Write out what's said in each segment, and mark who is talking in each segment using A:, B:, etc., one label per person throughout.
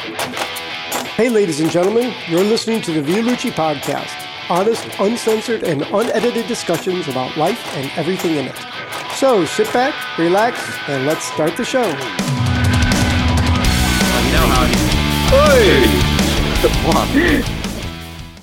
A: Hey, ladies and gentlemen, you're listening to the Violucci Podcast honest, uncensored, and unedited discussions about life and everything in it. So sit back, relax, and let's start the show.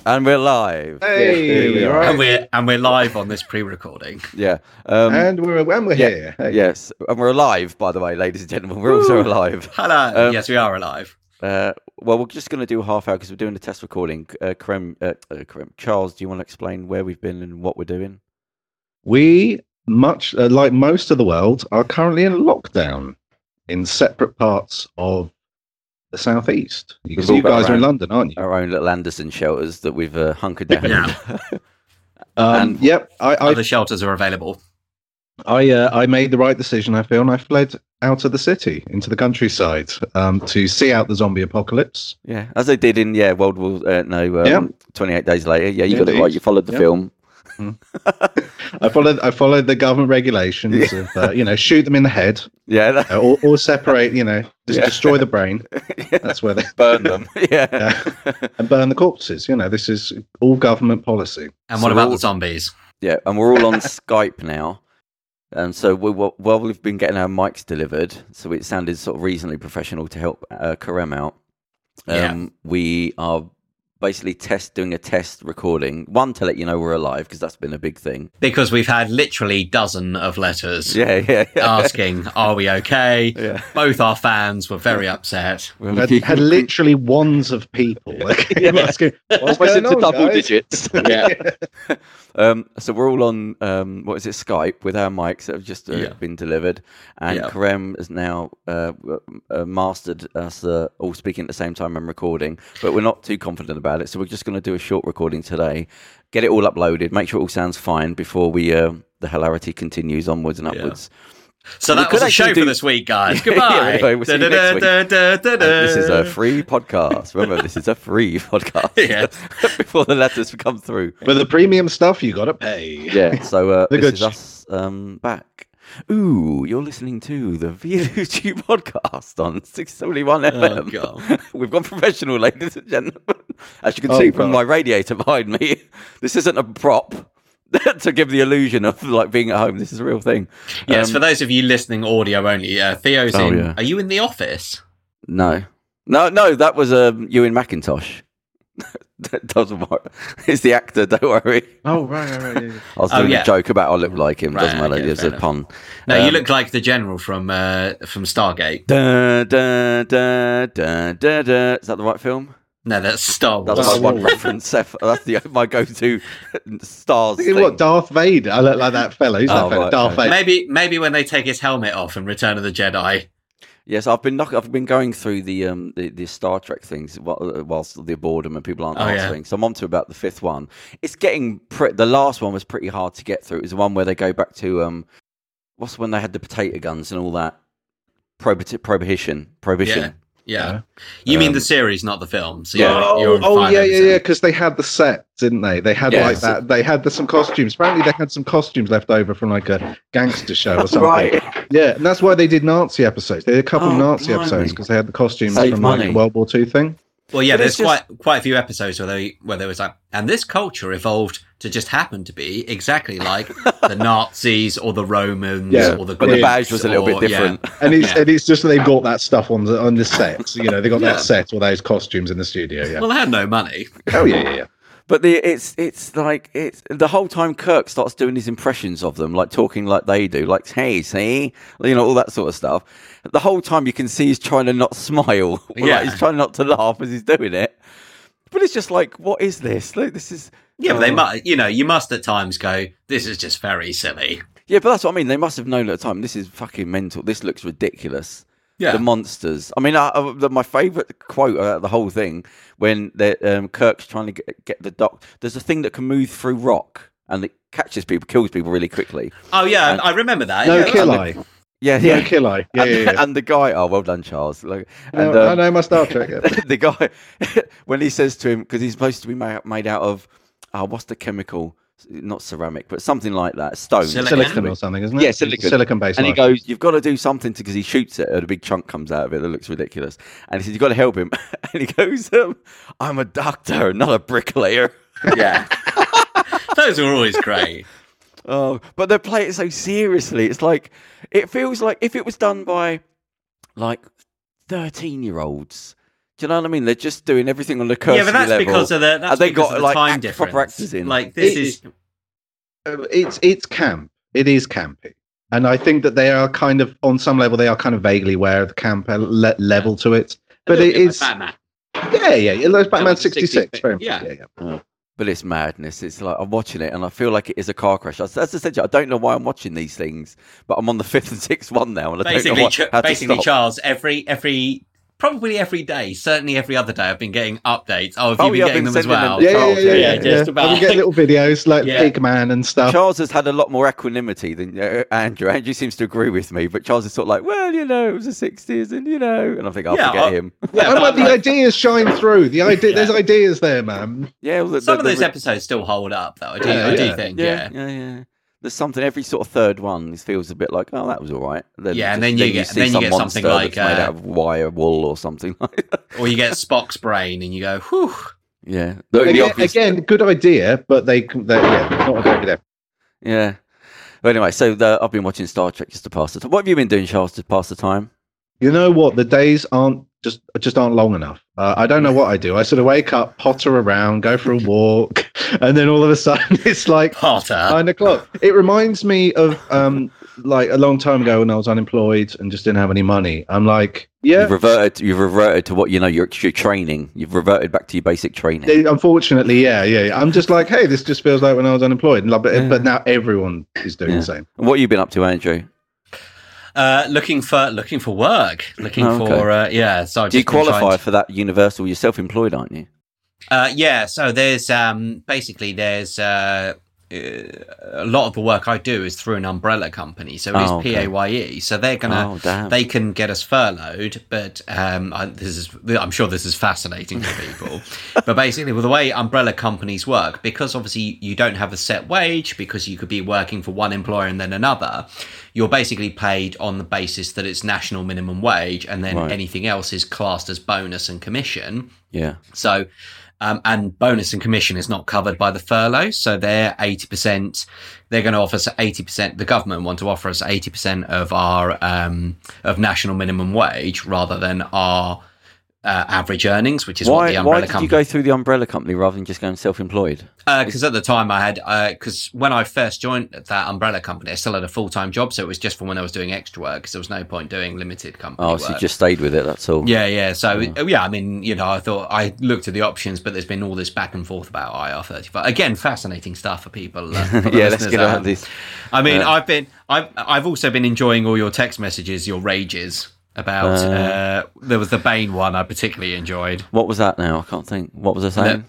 B: And we're live.
C: Hey,
D: we are.
C: right.
E: and we're and we're live on this pre-recording.
B: Yeah. Um,
D: And we're and we're
B: yeah,
D: here. Hey.
B: Yes. And we're alive, by the way, ladies and gentlemen. We're also alive.
E: Hello.
B: Um,
E: yes, we are alive.
B: Uh, well, we're just going to do a half hour because we're doing a test recording. Uh, Krem, uh, uh, Krem, Charles, do you want to explain where we've been and what we're doing?
D: We much uh, like most of the world are currently in lockdown in separate parts of the southeast.
B: We've
D: Because
B: all
D: you
B: got
D: guys
B: our
D: are in
B: own-
D: London, aren't you?
B: Our own little Anderson shelters that we've uh, hunkered down. in.
E: Yeah.
D: Um,
B: and-
D: yep. I I
E: Other shelters are available.
D: I, uh, I made the right decision. I feel, and I fled out of the city into the countryside um, to see out the zombie apocalypse.
B: Yeah, As they did in yeah World War uh, no um,
D: Yeah.
B: 28 days later. Yeah, you got it
D: Indeed.
B: right. You followed the
D: Yeah.
B: film.
D: I followed I followed the government regulations of uh, you know shoot them in the head
B: Yeah. that-
D: uh, or, or separate you know just
B: Yeah.
D: destroy the brain. That's where they
B: Burn them. yeah.
D: and burn the corpses. You know, this is all government policy.
E: And what
B: So
E: about
B: all-
E: the zombies?
B: Yeah, and we're all on Skype now. And so we, we- well, we've been getting our mics delivered, so it sounded sort of reasonably professional to help uh, Karem out. Um,
E: Yeah.
B: We are basically test doing a test recording, one to let you know we're alive because that's been a big thing.
E: Because we've had literally dozen of letters
B: Yeah, yeah, yeah.
E: asking, "Are we okay?"
B: Yeah.
E: Both our fans were very upset.
B: We're
D: Had,
B: looking-
D: had literally wands of people like, asking, "What's
B: Almost
D: going
B: into
D: on,
B: double
D: guys?"
B: digits.
C: Yeah.
B: Um, so we're all on um, what is it Skype with our mics that have just uh,
E: Yeah.
B: been delivered, and
E: Yeah.
B: Karem has now uh, w- uh, mastered us uh, all speaking at the same time and recording. But we're not too confident about it, so we're just going to do a short recording today, get it all uploaded, make sure it all sounds fine before we uh, the hilarity continues onwards and upwards.
E: So
B: We
E: that
B: could
E: was the
B: actually
E: show
B: do-
E: for this week, guys.
B: Yeah,
E: Goodbye.
B: anyway, we'll see you next
E: Da-da-da,
B: week.
E: da-da-da-da.
B: And this is
E: Uh.
B: a free podcast. Remember, this is a free podcast.
E: Yeah.
B: before the letters come through.
D: But the premium stuff you gotta pay.
B: Yeah. So uh,
D: The
B: this
D: good
B: is
D: sh-
B: us um, back. Ooh, you're listening to the VLUG podcast on 671 FM.
E: Oh, God.
B: We've gone professional, ladies and gentlemen. As you can
D: Oh,
B: see from
D: God.
B: my radiator behind me, this isn't a prop to give the illusion of like being at home. This is a real thing.
E: Yes,
B: Um,
E: for those of you listening audio only, uh, Theo's
B: Oh,
E: in.
B: yeah.
E: Are you in the office?
B: No, no, no. That was um, Ewan Macintosh. that doesn't work. It's the actor. Don't worry.
D: Oh right, right, right. yeah, yeah.
B: I was
E: Oh,
B: doing
E: yeah.
B: a joke about I look like him. doesn't
E: Right,
B: matter.
E: okay,
B: it's
E: fair
B: a
E: enough.
B: pun.
E: No, you
B: Um,
E: look like the general from uh, from Stargate.
B: Da, da, da, da, da, da. Is that the right film?
E: No, that's Star Wars.
B: That's my
D: Star
B: one
D: Wars.
B: reference. Seth. That's the my go-to stars.
D: Thinking,
B: thing.
D: what Darth Vader? I look like that fellow. Who's
B: Oh,
D: that fellow?
B: right,
D: Darth
B: okay.
D: Vader.
E: Maybe maybe when they take his helmet off in Return of the Jedi.
B: Yes, I've been knock- I've been going through the um the, the Star Trek things wh- uh, whilst the boredom and people aren't
E: Oh, yeah.
B: answering. So I'm on to about the fifth one. It's getting pre- the last one was pretty hard to get through. It was the one where they go back to um what's when they had the potato guns and all that Prohibit- prohibition prohibition.
E: Yeah. Yeah. You mean the series, not the film. So
B: Um, Yeah.
E: you're, you're
D: Oh,
E: on
D: oh
E: five
D: yeah, yeah,
E: episodes.
B: eh?
D: yeah. Because they had the set, didn't they? They had
B: Yeah,
D: like
B: so-
D: that. They had the, some costumes. Apparently, they had some costumes left over from like a gangster show or something. Yeah, and that's why they did Nazi episodes. They did a couple
B: Oh,
D: of Nazi
B: blimey.
D: episodes because they had the costumes
B: Save
D: from like,
B: money.
D: the World War II thing.
E: Well, yeah,
B: But
E: there's
B: it's just-
E: quite quite a few episodes where they where there was like, and this culture evolved to just happen to be exactly like the Nazis or the Romans
D: Yeah,
E: or the
B: But the
E: Greeks
B: badge was a little
E: or-
B: bit
E: yeah.
B: different.
D: And it's
E: Yeah.
D: and it's just they've got that stuff on the on the set. You know, they got
E: Yeah.
D: that set or those costumes in the studio. Yeah.
E: Well, they had no money.
D: oh yeah, yeah, yeah.
B: But the, it's it's like it's the whole time Kirk starts doing his impressions of them, like talking like they do, like hey, see, you know, all that sort of stuff. The whole time you can see he's trying to not smile, Like,
E: Yeah.
B: he's trying not to laugh as he's doing it. But it's just like, what is this? Like, this is
E: Yeah, but they
B: Oh.
E: must, you know, you must at times go, this is just very silly.
B: yeah, but that's what I mean. They must have known at the time. This is fucking mental. This looks ridiculous.
E: Yeah.
B: the monsters. I mean, I, I, the, my favorite quote about the whole thing when they're, um, Kirk's trying to get, get the doc. There's a thing that can move through rock and it catches people, kills people really quickly.
E: oh, yeah, I remember that.
D: No
E: yeah, oh,
D: kill eye.
B: Yeah,
D: No
B: yeah.
D: kill eye. Yeah,
B: and,
D: yeah, yeah.
B: and the guy, oh, well done, Charles. Like,
D: No,
B: and
D: no,
B: um,
D: no, my Star Trek. yeah.
B: the guy, when he says to him, because he's supposed to be ma- made out of, oh, what's the chemical? not ceramic, but something like that, stone.
E: Silicon.
D: silicon or something, isn't it?
B: Yeah, silicon.
D: Silicon based.
B: And he goes, "You've got to do something," because he shoots it, and a big chunk comes out of it that looks ridiculous. And he says, "You've got to help him." And he goes, um, "I'm a doctor, not a bricklayer."
E: Yeah. Those are always great.
B: Oh, but they play it so seriously. It's like it feels like if it was done by like thirteen-year-olds. Do you know what I mean? They're just doing everything on the cursory
E: yeah, but that's
B: level.
E: because of the, that's
B: they
E: because
B: got,
E: of the
B: like,
E: time
B: act-
E: difference.
B: proper actors in.
E: Like this
D: It-
E: is
D: Um, it's it's camp. It is campy, and I think that they are kind of on some level they are kind of vaguely aware of the camp le- level to it. But it is,
E: Batman.
D: yeah, yeah. It looks Batman
E: Batman
D: sixty
E: 66,
D: six. Very much.
E: yeah.
D: yeah, yeah.
B: But it's madness. It's like I'm watching it, and I feel like it is a car crash. That's, that's essentially. I don't know why I'm watching these things, but I'm on the fifth and sixth one now, and I don't know
E: basically,
B: what,
E: Ch-
B: how
E: basically,
B: to stop.
E: Charles. Every every probably every day, certainly every other day, I've been getting updates. Oh, have you
B: Oh,
E: been
B: yeah, I've
E: getting
B: been
E: them as
B: sending them
E: well?
B: to
D: Yeah, yeah,
B: Charles,
D: yeah, yeah,
B: yeah,
D: yeah.
E: just
D: And
E: about.
D: we get little videos like
E: Yeah.
D: Big Man and stuff.
B: Charles has had a lot more equanimity than uh, Andrew. Andrew seems to agree with me, but Charles is sort of like, well, you know, it was the sixties, and you know, and I think I'll
E: Yeah,
B: forget
E: I-
B: him.
E: Yeah,
D: I
E: but
D: like the
E: like,
D: ideas shine through. The idea,
E: Yeah.
D: there's ideas there, man.
B: Yeah, well, the-
E: some
B: the-
E: of
B: the
E: those
B: re-
E: episodes still hold up, though. I do,
D: Yeah,
E: I do
D: yeah.
E: think.
B: yeah,
E: Yeah.
B: yeah, yeah. There's something every sort of third one this feels a bit like, oh, that was all right.
E: Yeah, and then you get- then you
B: some
E: get something
B: monster
E: like,
B: that's made
E: uh,
B: out of wire wool or something. like that.
E: Or you get Spock's brain, and you go, "Whew."
B: yeah, Oh, the, the
D: Again,
B: obvious
D: again, good idea, but they, they yeah, not a very good effort.
B: Yeah. But anyway, so the, I've been watching Star Trek just to pass the time. What have you been doing, Charles, to pass the time?
D: You know what? The days aren't just just aren't long enough. Uh, I don't know what I do. I sort of wake up, potter around, go for a walk, and then all of a sudden it's like
E: Potter.
D: nine o'clock. It reminds me of um like a long time ago when I was unemployed and just didn't have any money. I'm like, yeah,
B: You've reverted. You've reverted to what you know. Your, your training. You've reverted back to your basic training.
D: Yeah, Unfortunately, yeah, yeah, yeah. I'm just like, hey, this just feels like when I was unemployed. And like, but,
B: Yeah.
D: but now everyone is doing
B: Yeah.
D: the same.
B: And what have you been up to, Andrew?
E: Uh, looking for looking for work. Looking
B: Oh, okay.
E: for uh, yeah. So I've
B: Do you
E: just been trying
B: qualify
E: to-
B: for that universal? You're self-employed, aren't you?
E: Uh, yeah. So there's um, basically there's. Uh, uh, a lot of the work I do is through an umbrella company, so it's
B: Oh, okay.
E: PAYE. E. So they're gonna
B: oh damn!
E: uh, they can get us furloughed, but um, I, this is I'm sure this is fascinating to people. but basically, well, the way umbrella companies work, because obviously you don't have a set wage, because you could be working for one employer and then another, you're basically paid on the basis that it's national minimum wage, and then
B: Right.
E: anything else is classed as bonus and commission.
B: yeah.
E: So, um, and bonus and commission is not covered by the furlough. So they're 80%, they're going to offer us 80%, the government want to offer us 80% of our, um, of national minimum wage rather than our uh, average earnings, which is what
B: Why?
E: the
B: Why
E: umbrella
B: did
E: company.
B: you go through the umbrella company rather than just going self-employed?
E: Because at the time I had, because when I first joined that umbrella company, I still had a full time job, so it was just for when I was doing extra work because there was no point doing limited company.
B: Oh,
E: work.
B: so you just stayed with it. That's all.
E: Yeah, yeah. So uh, yeah, I mean, you know, I thought I looked at the options, but there's been all this back and forth about IR thirty five. Again, fascinating stuff for people. Uh, for the
B: yeah. Let's
E: listeners
B: get
E: at
B: out
E: home.
B: of this.
E: I mean,
B: Yeah.
E: I've been, I've, I've also been enjoying all your text messages, your rages about. Uh, there was the Bane one I particularly enjoyed.
B: What was that? Now I can't think. What was I saying?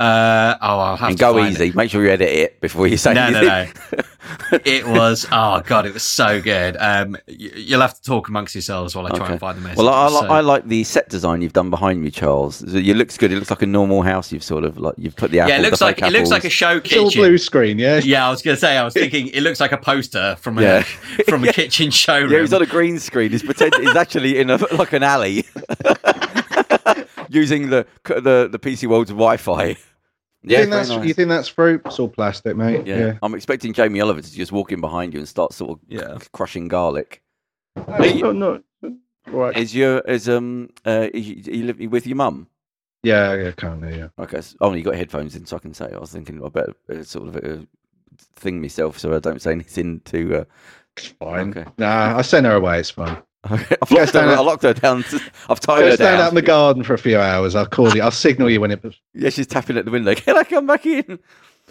E: Uh, oh, I'll have
B: and
E: to
B: go
E: find
B: easy.
E: It.
B: Make sure you edit it before you say
E: No, no,
B: anything.
E: no. it was. Oh god, it was so good. Um, y- you'll have to talk amongst yourselves while I try and find the message.
B: Well, I, I, li-
E: So-
B: I like the set design you've done behind you, Charles. So It looks good. It looks like a normal house. You've sort of like you've put the apples.
E: yeah, it looks
B: the
E: like
B: fake
E: it looks like a
B: apples.
E: show
D: It's all
E: kitchen.
D: blue screen, yeah.
E: Yeah, I was going to say. I was thinking it looks like a poster from a
B: Yeah.
E: from a kitchen showroom.
B: Yeah, he's on a green screen. He's pretending he's actually in a like an alley, using the the the PC World's Wi-Fi.
D: You,
B: Yeah,
D: think
B: very
D: that's,
B: nice.
D: you think that's fruit? It's all plastic, mate.
B: yeah.
D: Yeah.
B: I'm expecting Jamie Oliver to just walk in behind you and start sort of
E: Yeah.
B: c- crushing garlic.
D: No, no, Oh, no. All right.
B: Is your is um uh is you, you live with your mum?
D: Yeah, yeah, currently, yeah.
B: Okay, so, oh, you got headphones in, so I can say. I was thinking I better uh, sort of uh, thing myself so I don't say anything to. Uh,
D: Fine.
B: Okay.
D: Nah, I sent her away. It's fine.
B: I've locked
D: Yeah,
B: her.
D: stand
B: I
D: up.
B: locked her down. to- I've tied
D: Go
B: her
D: stand out
B: down.
D: in the garden for a few hours. I'll call you. I'll signal you when it.
B: Yeah, she's tapping at the window. Can I come back in?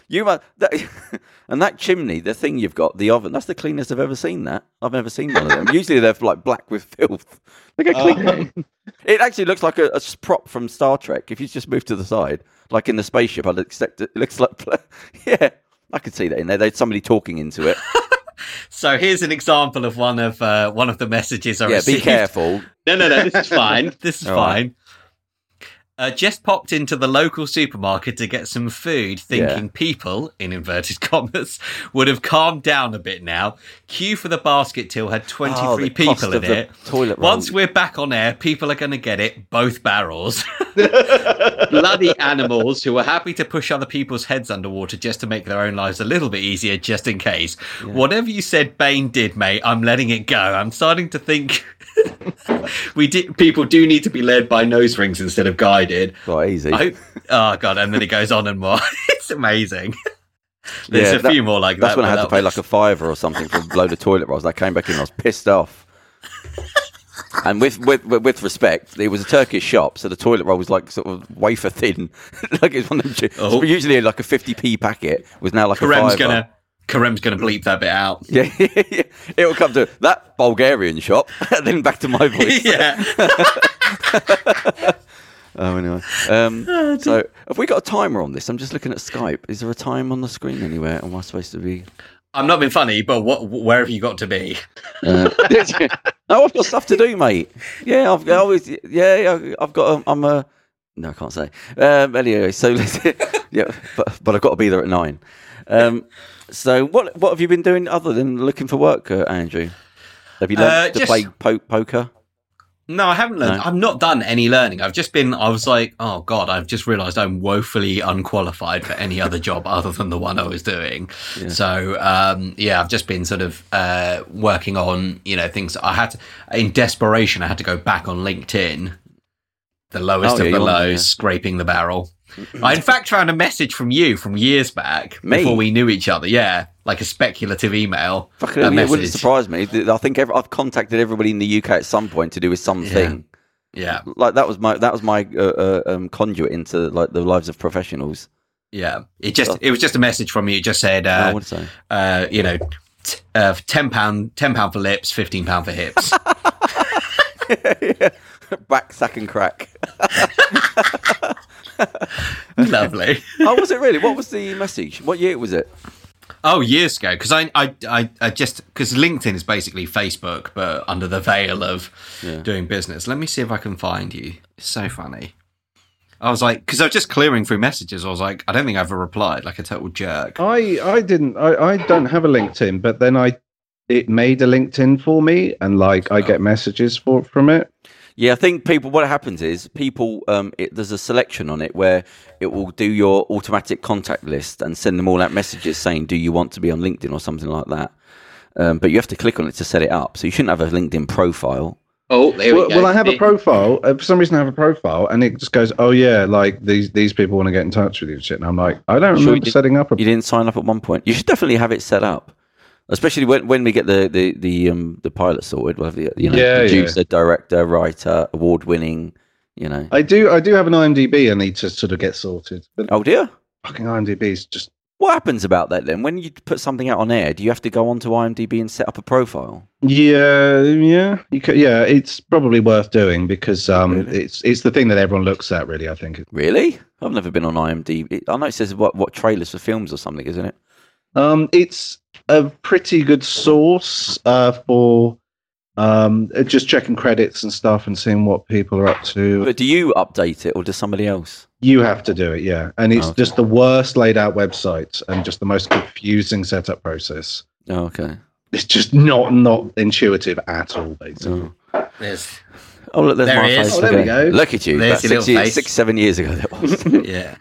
B: You must. That, and that chimney, the thing you've got, the oven. That's the cleanest I've ever seen. That I've never seen one of them. Usually they're like black with filth. Look how clean.
D: Uh,
B: It actually looks like a, a s- prop from Star Trek. If you just move to the side, like in the spaceship, I'd expect it it looks like. Yeah, I could see that in there. There's somebody talking into it.
E: So here's an example of one of uh, one of the messages I
B: yeah,
E: received.
B: be careful.
E: No, no, no. This is fine. This is
B: All right.
E: fine. Uh, just popped into the local supermarket to get some food, thinking people, in inverted commas, would have calmed down a bit now. Queue for the basket till had 23
B: Oh, the cost
E: people in
B: of the
E: it.
B: toilet roll.
E: Once we're back on air, people are going to get it, both barrels. Bloody animals who are happy to push other people's heads underwater just to make their own lives a little bit easier, just in case. Whatever you said Bane did, mate, I'm letting it go. I'm starting to think. We did. People do need to be led by nose rings instead of guided.
B: Quite easy.
E: I hope, oh god, and then it goes on and more. it's amazing. There's
B: Yeah,
E: a
B: that-
E: few more like
B: That's
E: that.
B: when
E: but
B: I had
E: that
B: to pay
E: was-
B: like a fiver or something for a load of toilet rolls. I came back in, I was pissed off. And with, with with with respect, it was a Turkish shop, so the toilet roll was like sort of wafer thin. like it's one of them. chi- it's
E: Oh.
B: usually like a fifty p packet was now like a
E: Karem's
B: fiver.
E: gonna Karem's gonna bleep that bit out.
B: Yeah, yeah, it'll come to that Bulgarian shop, and then back to my voice.
E: yeah.
B: Oh, anyway. Um,
E: Oh,
B: so, have we got a timer on this? I'm just looking at Skype. Is there a time on the screen anywhere? Am I supposed to be?
E: I'm not being funny, but what? Where have you got to be?
B: No, I've got stuff to do, mate. Yeah, I've I always. Yeah, I- I've got. Um, I'm a. No, I can't say. Um, anyway, so let's. yeah, but, but I've got to be there at nine. Um, so what what have you been doing other than looking for work, uh, Andrew? Have you
E: Uh,
B: learned to
E: just-
B: play po- poker?
E: No, I haven't learned.
B: No.
E: I've not done any learning. I've just been. I was like, oh god, I've just realised I'm woefully unqualified for any other job other than the one I was doing. So um, yeah, I've just been sort of uh, working on you know things. I had to, in desperation, I had to go back on LinkedIn, the lowest
B: Oh,
E: of
B: yeah,
E: the
B: you're on there,
E: lows,
B: yeah.
E: scraping the barrel. I in fact found a message from you from years back
B: Me?
E: before we knew each other. Yeah, like a speculative email.
B: Fucking,
E: a
B: hell, it wouldn't
E: message.
B: surprise me. I think every, I've contacted everybody in the UK at some point to do with something.
E: Yeah,
B: Like that was my that was my uh, uh, um, conduit into like the lives of professionals.
E: yeah. It just it was just a message from you. It just said. Uh,
B: I would say.
E: uh, you know, t- uh, ten pound, ten pound for lips, fifteen pound for hips.
B: Back sack and crack.
E: Lovely.
B: oh, was it really? What was the message? What year was it?
E: Oh, years ago, because I, I, I, I just because LinkedIn is basically Facebook, but under the veil of doing business. Let me see if I can find you. It's so funny. I was like, because I was just clearing through messages. I was like, I don't think I ever replied, like a total jerk.
D: I I didn't I, I don't have a LinkedIn, but then I it made a LinkedIn for me, and like I get messages for from it.
B: Yeah, I think people. What happens is people. Um, it, there's a selection on it where it will do your automatic contact list and send them all out messages saying, "Do you want to be on LinkedIn or something like that?" Um, but you have to click on it to set it up. So you shouldn't have a LinkedIn profile.
E: Oh, there
D: Well, well, I have a profile. Uh, for some reason, I have a profile, and it just goes, "Oh yeah, like these these people want to get in touch with you." And shit, and I'm like, I
B: Sure
D: don't
B: you
D: remember
B: did-
D: setting up a.
B: You didn't sign up at one point. You should definitely have it set up, especially when, when we get the the the, um, the pilot sorted. We'll have the you know
D: Yeah, yeah.
B: producer, director, writer, award winning. You know.
D: I do I do have an IMDb. I need to sort of get sorted, but
B: Oh dear.
D: fucking IMDb is just
B: What happens about that then? When you put something out on air, do you have to go onto IMDb and set up a profile?
D: Yeah, yeah, you could, yeah. It's probably worth doing because um, it's it's the thing that everyone looks at, really. I think.
B: Really? I've never been on IMDb. I know it says what what trailers for films or something, isn't it?
D: Um, it's a pretty good source uh, for um, just checking credits and stuff and seeing what people are up to.
B: But do you update it or does somebody else?
D: you have to do it, yeah. And it's
B: Okay.
D: just the worst laid out website and just the most confusing setup process.
B: Oh, okay.
D: It's just not not intuitive at all, basically.
B: Oh,
E: There's,
B: Oh, look, there's
E: There
B: my
E: he is.
B: face.
D: Oh, there we
B: again.
D: go.
B: Look at you.
E: There's
B: About
E: your
B: six,
E: little
B: years-
E: face.
B: six, seven years ago that was.
E: yeah.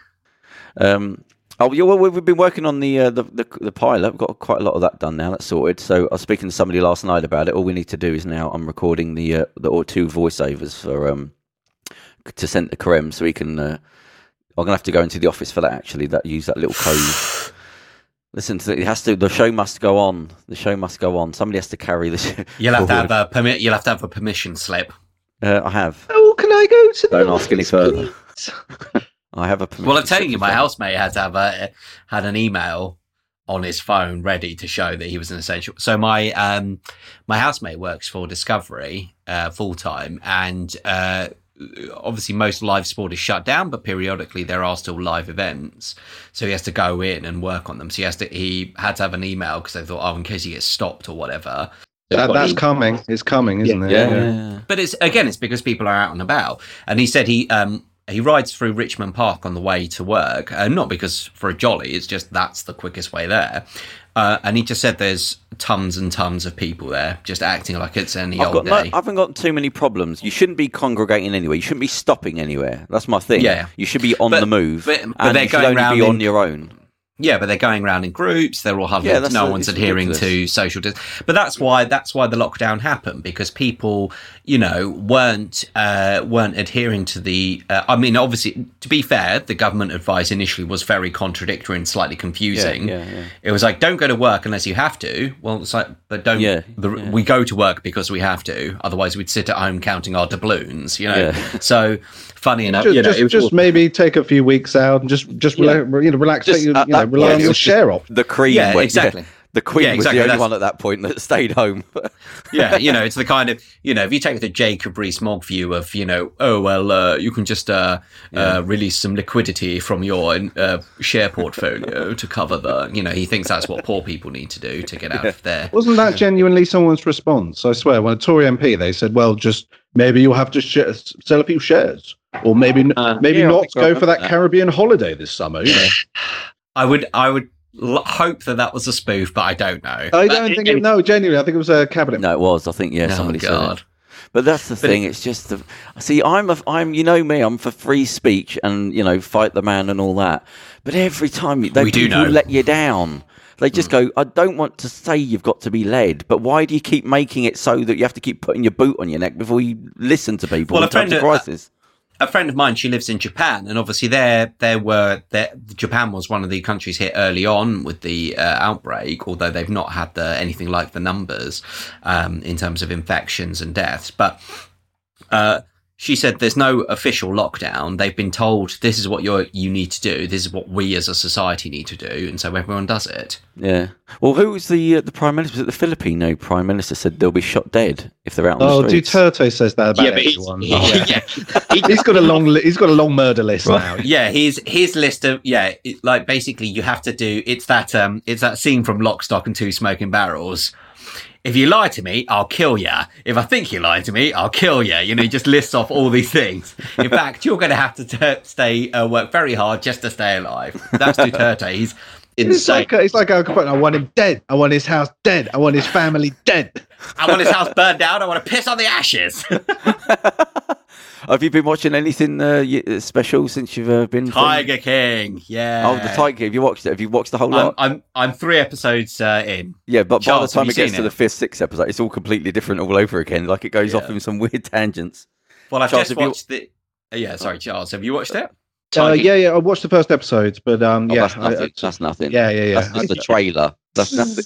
B: Um, oh yeah, well, we- we've been working on the, uh, the the the pilot. We've got quite a lot of that done now. That's sorted. So I was speaking to somebody last night about it. All we need to do is now I'm recording the uh, the or two voiceovers for um to send to Karem so he can. Uh, I'm gonna have to go into the office for that. Actually, that use that little code. Listen, to it has to. The show must go on. The show must go on. Somebody has to carry the show.
E: You'll have to have
B: forward.
E: a permit. You'll have to have a permission slip.
B: Uh, I have.
D: Oh, can I go to? the
B: Don't ask any
D: office,
B: further.
D: please?
B: I have a. permission
E: Well, I'm telling
B: slip
E: you,
B: as
E: my
B: well.
E: housemate had to have a, had an email on his phone ready to show that he was an essential. So my um, my housemate works for Discovery uh, full time, and uh, obviously most live sport is shut down, but periodically there are still live events. So he has to go in and work on them. So he has to he had to have an email because they thought, oh, in case he gets stopped or whatever.
D: That, that's coming. It's coming, isn't it?
B: Yeah. yeah, yeah.
E: But it's again, it's because people are out and about. And he said he um he rides through Richmond Park on the way to work, and not because for a jolly, it's just that's the quickest way there. Uh, and he just said there's tons and tons of people there, just acting like it's any
B: I've
E: old
B: got
E: day.
B: no, I haven't got too many problems. You shouldn't be congregating anywhere. You shouldn't be stopping anywhere. That's my thing.
E: Yeah.
B: You should be on
E: But-
B: the move.
E: but- but
B: and
E: they're
B: you should
E: going
B: only
E: round
B: be on
E: in-
B: your own.
E: Yeah, but they're going around in groups. They're all huddled.
B: Yeah, that's
E: no
B: the-
E: one's
B: it's
E: adhering to
B: ridiculous.
E: social distance. But that's why that's why the lockdown happened because people, you know, weren't uh, weren't adhering to the. Uh, I mean, obviously, to be fair, the government advice initially was very contradictory and slightly confusing.
B: yeah, yeah.
E: It was like, don't go to work unless you have to. Well, it's like, but don't.
B: Yeah,
E: the,
B: yeah.
E: We go to work because we have to. Otherwise, we'd sit at home counting our doubloons. You know.
B: Yeah.
E: So funny enough,
D: Just,
E: you know,
D: just,
E: it was
D: just
E: all-
D: maybe take a few weeks out and just just
B: Yeah.
D: rela- you know relax.
B: Just uh,
D: take your- you,
B: at
D: know,
B: that
D: rely
B: point,
D: on
B: it
D: your
B: was just-
D: share off.
B: The cream.
E: Yeah,
B: went-
E: exactly.
B: The queen
E: Yeah, exactly,
B: was the
E: that's-
B: only one at that point that stayed home.
E: yeah, you know, it's the kind of you know, if you take the Jacob Rees-Mogg view of you know, oh well, uh, you can just uh, uh, release some liquidity from your uh, share portfolio to cover the, you know, he thinks that's what poor people need to do to get out of there.
D: Wasn't that genuinely someone's response? I swear, when a Tory MP, they said, "Well, just maybe you'll have to sh- sell a few shares, or maybe n-
B: Uh,
D: maybe
B: yeah, I
D: not
B: think I
D: go for that,
B: remember that.
D: Caribbean holiday this summer." You know?
E: I would, I would l- hope that that was a spoof, but I don't know.
B: Uh,
D: I don't think it, no. Genuinely, I think it was a cabinet.
B: no, it was. I think yeah,
E: Oh
B: somebody said
E: God!
B: it. But that's the thing. it's just the see. I'm a, I'm you know me. I'm for free speech and you know fight the man and all that. But every time you, they
E: We do
B: people
E: know. Hmm.
B: let you down. They just go. I don't want to say you've got to be led, but why do you keep making it so that you have to keep putting your boot on your neck before you listen to people
E: Well,
B: in
E: a friend
B: times of
E: of- uh,
B: crisis?
E: a friend of mine, she lives in Japan, and obviously there there were there, Japan was one of the countries hit early on with the uh, outbreak, although they've not had the anything like the numbers um, in terms of infections and deaths. But uh, she said there's no official lockdown. They've been told this is what you are you need to do. This is what we as a society need to do, and so everyone does it.
B: yeah. Well, who was the uh, the prime minister? Was it the Filipino prime minister said they'll be shot dead if they're out on
D: Oh,
B: the streets?
D: Duterte says that about everyone. Oh, yeah. he's got a long li- he's got a long murder list now.
E: yeah his his list of yeah it, like basically you have to do it's that um it's that scene from lock stock and two smoking barrels if you lie to me i'll kill ya. if i think you lie to me i'll kill ya. you know he just lists off all these things in fact you're going to have to t- stay uh, work very hard just to stay alive that's duterte he's
D: It's
E: insane
D: like it's like Al Capone. I want him dead. I want his house dead. I want his family dead.
E: i want his house burned down i want to piss on the ashes
B: Have you been watching anything uh, y- uh, special since you've uh, been? from-
E: tiger king yeah
B: Oh, the Tiger. Have you watched it? Have you watched the whole
E: I'm,
B: lot?
E: I'm i'm three episodes uh, in
B: Yeah, but
E: Charles,
B: by the
E: have
B: time
E: you
B: it gets
E: seen
B: to
E: it?
B: the fifth, sixth episode, it's all completely different all over again. Like it goes off in some weird tangents.
E: well i've
B: Charles,
E: just
B: have you-
E: watched the uh, yeah sorry charles have you watched it
D: Uh,
E: Tiger-
D: yeah, yeah. I watched the first episode, but um,
B: Oh,
D: yeah,
B: that's
D: I- I
B: nothing.
D: just-
B: that's nothing.
D: yeah, yeah, yeah.
B: that's just a trailer. That's nothing.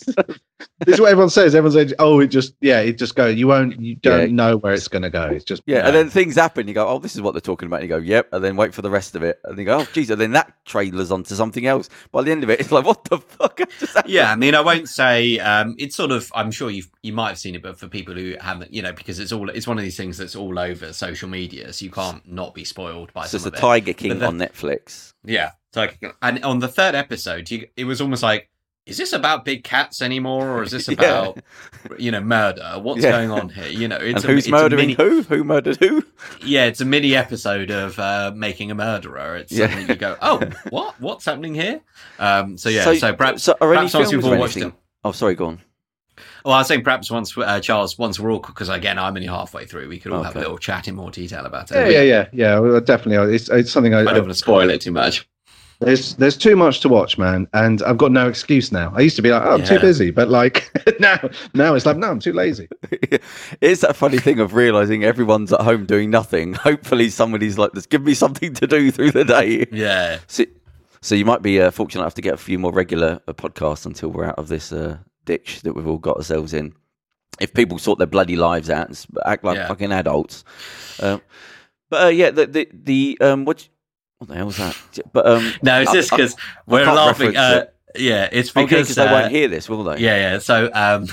D: this is what everyone says. Everyone says, "Oh, it just yeah, it just goes. You won't, you don't
B: Yeah.
D: know where it's going to go. It's just
B: Yeah, and then things happen. You go, oh, this is what they're talking about. And you go, yep, and then wait for the rest of it. And you go, oh, geez, and then that trailer's onto something else. By the end of it, it's like, what the fuck? Just happened?
E: yeah, I mean, I won't say um, it's sort of. I'm sure you you might have seen it, but for people who haven't, you know, because it's all it's one of these things that's all over social media, so you can't not be spoiled by.
B: It's just
E: some
B: a
E: of it.
B: Tiger King
E: But the-
B: on Netflix.
E: Yeah, it's like, and on the third episode, you, it was almost like, is this about big cats anymore, or is this
B: Yeah.
E: about you know murder? What's
B: Yeah.
E: going on here? You know, it's
B: and
E: a,
B: who's
E: it's a
B: murdering
E: mini-
B: who? Who murdered who?
E: yeah, it's a mini episode of uh, making a murderer. It's
B: Yeah.
E: something you go, oh, what? What's happening here? Um, so yeah, so,
B: So-
E: perhaps
B: so are any
E: perhaps once
B: films
E: we've all
B: or
E: watched
B: anything?
E: it.
B: Oh, sorry, go on.
E: Well, I was saying perhaps once uh, Charles, once we're all because again I'm only halfway through, we could all have a
B: Okay.
E: little chat in more detail about it.
D: yeah, yeah, yeah, yeah. well, Definitely, it's it's something I, uh,
E: I don't want to spoil it too much.
D: there's there's too much to watch, man, and I've got no excuse now. I used to be like, oh, I'm too
E: Yeah.
D: busy, but like now, now it's like, no, I'm too lazy.
B: it's that funny thing of realizing everyone's at home doing nothing. Hopefully, somebody's like, "Just give me something to do through the day."
E: Yeah,
B: So, so you might be uh, fortunate enough to get a few more regular uh, podcasts until we're out of this uh, ditch that we've all got ourselves in. If people sort their bloody lives out and s- act like
E: Yeah.
B: fucking adults, uh, but uh, yeah, the the, the um, what? What the hell was that? But um,
E: no, it's
B: I-
E: just
B: I-
E: because we're
B: can't
E: laughing.
B: reference
E: Uh, yeah, it's
B: oh, yeah,
E: because
B: 'cause they
E: uh,
B: won't hear this, will they?
E: yeah, yeah. So um,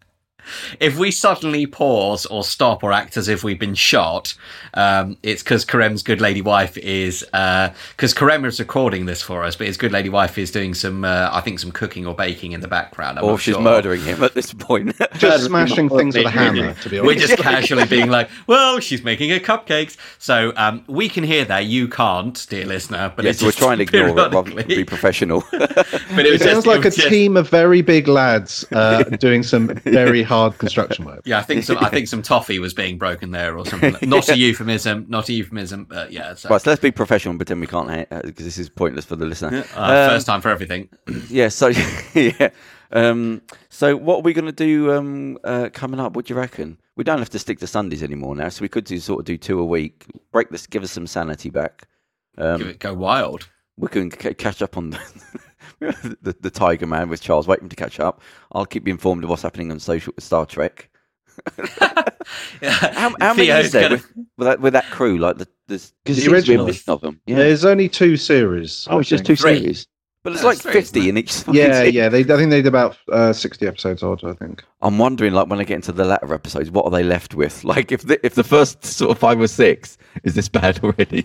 E: if we suddenly pause or stop or act as if we've been shot, um, it's because Karem's good lady wife is because Karem is recording this for us, but his good lady wife is doing some, uh, I think, some cooking or baking in the background. I'm
B: or
E: not
B: she's
E: sure.
B: murdering him at this point.
D: Just smashing things with a hammer, to be
E: We're
D: honest.
E: just casually being like, well, she's making her cupcakes. So um, we can hear that. You can't, dear listener. But
B: yes,
E: it's
B: we're
E: just
B: trying to ignore it rather than
E: periodically-
B: be professional.
E: But it,
D: It
E: was just-
D: sounds like
E: it
D: a
E: was just-
D: team of very big lads uh, doing some very hard construction work.
E: Yeah, I think some. I think some toffee was being broken there or something. Like, not a euphemism. Not a euphemism. But yeah, so,
B: right, so let's be professional and pretend we can't because this is pointless for the listener.
E: uh,
B: Um,
E: first time for everything.
B: yeah, so yeah. Um, so what are we going to do um, uh, coming up? What do you reckon? We don't have to stick to Sundays anymore now, so we could do sort of do two a week. Break this, give us some sanity back. um,
E: Give it go wild.
B: We can c- catch up on the, the, the Tiger Man with Charles. Wait for him to catch up. I'll keep you informed of what's happening on social Star Trek. How, how many
E: Theo's
B: is there
E: gonna-
B: with, with, that, with that crew? Like the, there's
D: The
B: there seems to be a
D: original.
B: million of them. Yeah.
D: There's only two series.
B: Oh, it's
D: I
B: just two
E: Three.
D: think.
B: series. But it's
E: Yeah,
B: like
E: it's three, isn't
B: fifty in each. side.
D: Yeah, yeah. They, I think they did about uh, 60 episodes odd, I think.
B: I'm wondering, like, when I get into the latter episodes, what are they left with? Like, if the if the first sort of five or six is this bad already,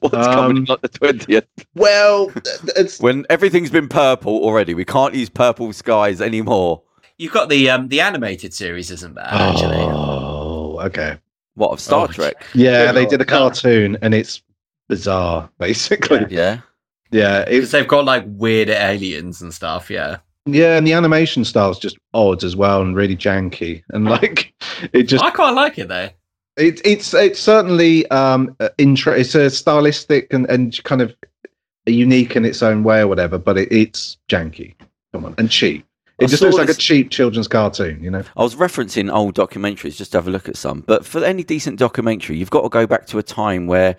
B: what's coming in
D: Um,
B: like the twentieth?
D: Well, it's
B: When everything's been purple already, we can't use purple skies anymore.
E: You've got the um, the animated series, isn't there? Actually,
D: Oh, okay.
B: What of Star
E: Oh,
B: Trek?
D: Yeah, they did a
E: Yeah.
D: cartoon, and it's bizarre, basically.
B: Yeah,
D: Yeah, it,
E: because they've got like weird aliens and stuff. Yeah,
D: yeah, and the animation style's just odd as well, and really janky, and like it just
E: I quite like it though.
D: it, it's it's certainly um uh, intra It's a stylistic and and kind of unique in its own way or whatever, but it, it's janky. Come on, and cheap. It
B: I
D: just
B: saw
D: looks like a
B: this-
D: cheap children's cartoon, you know.
B: I was referencing old documentaries just to have a look at some. But for any decent documentary, you've got to go back to a time where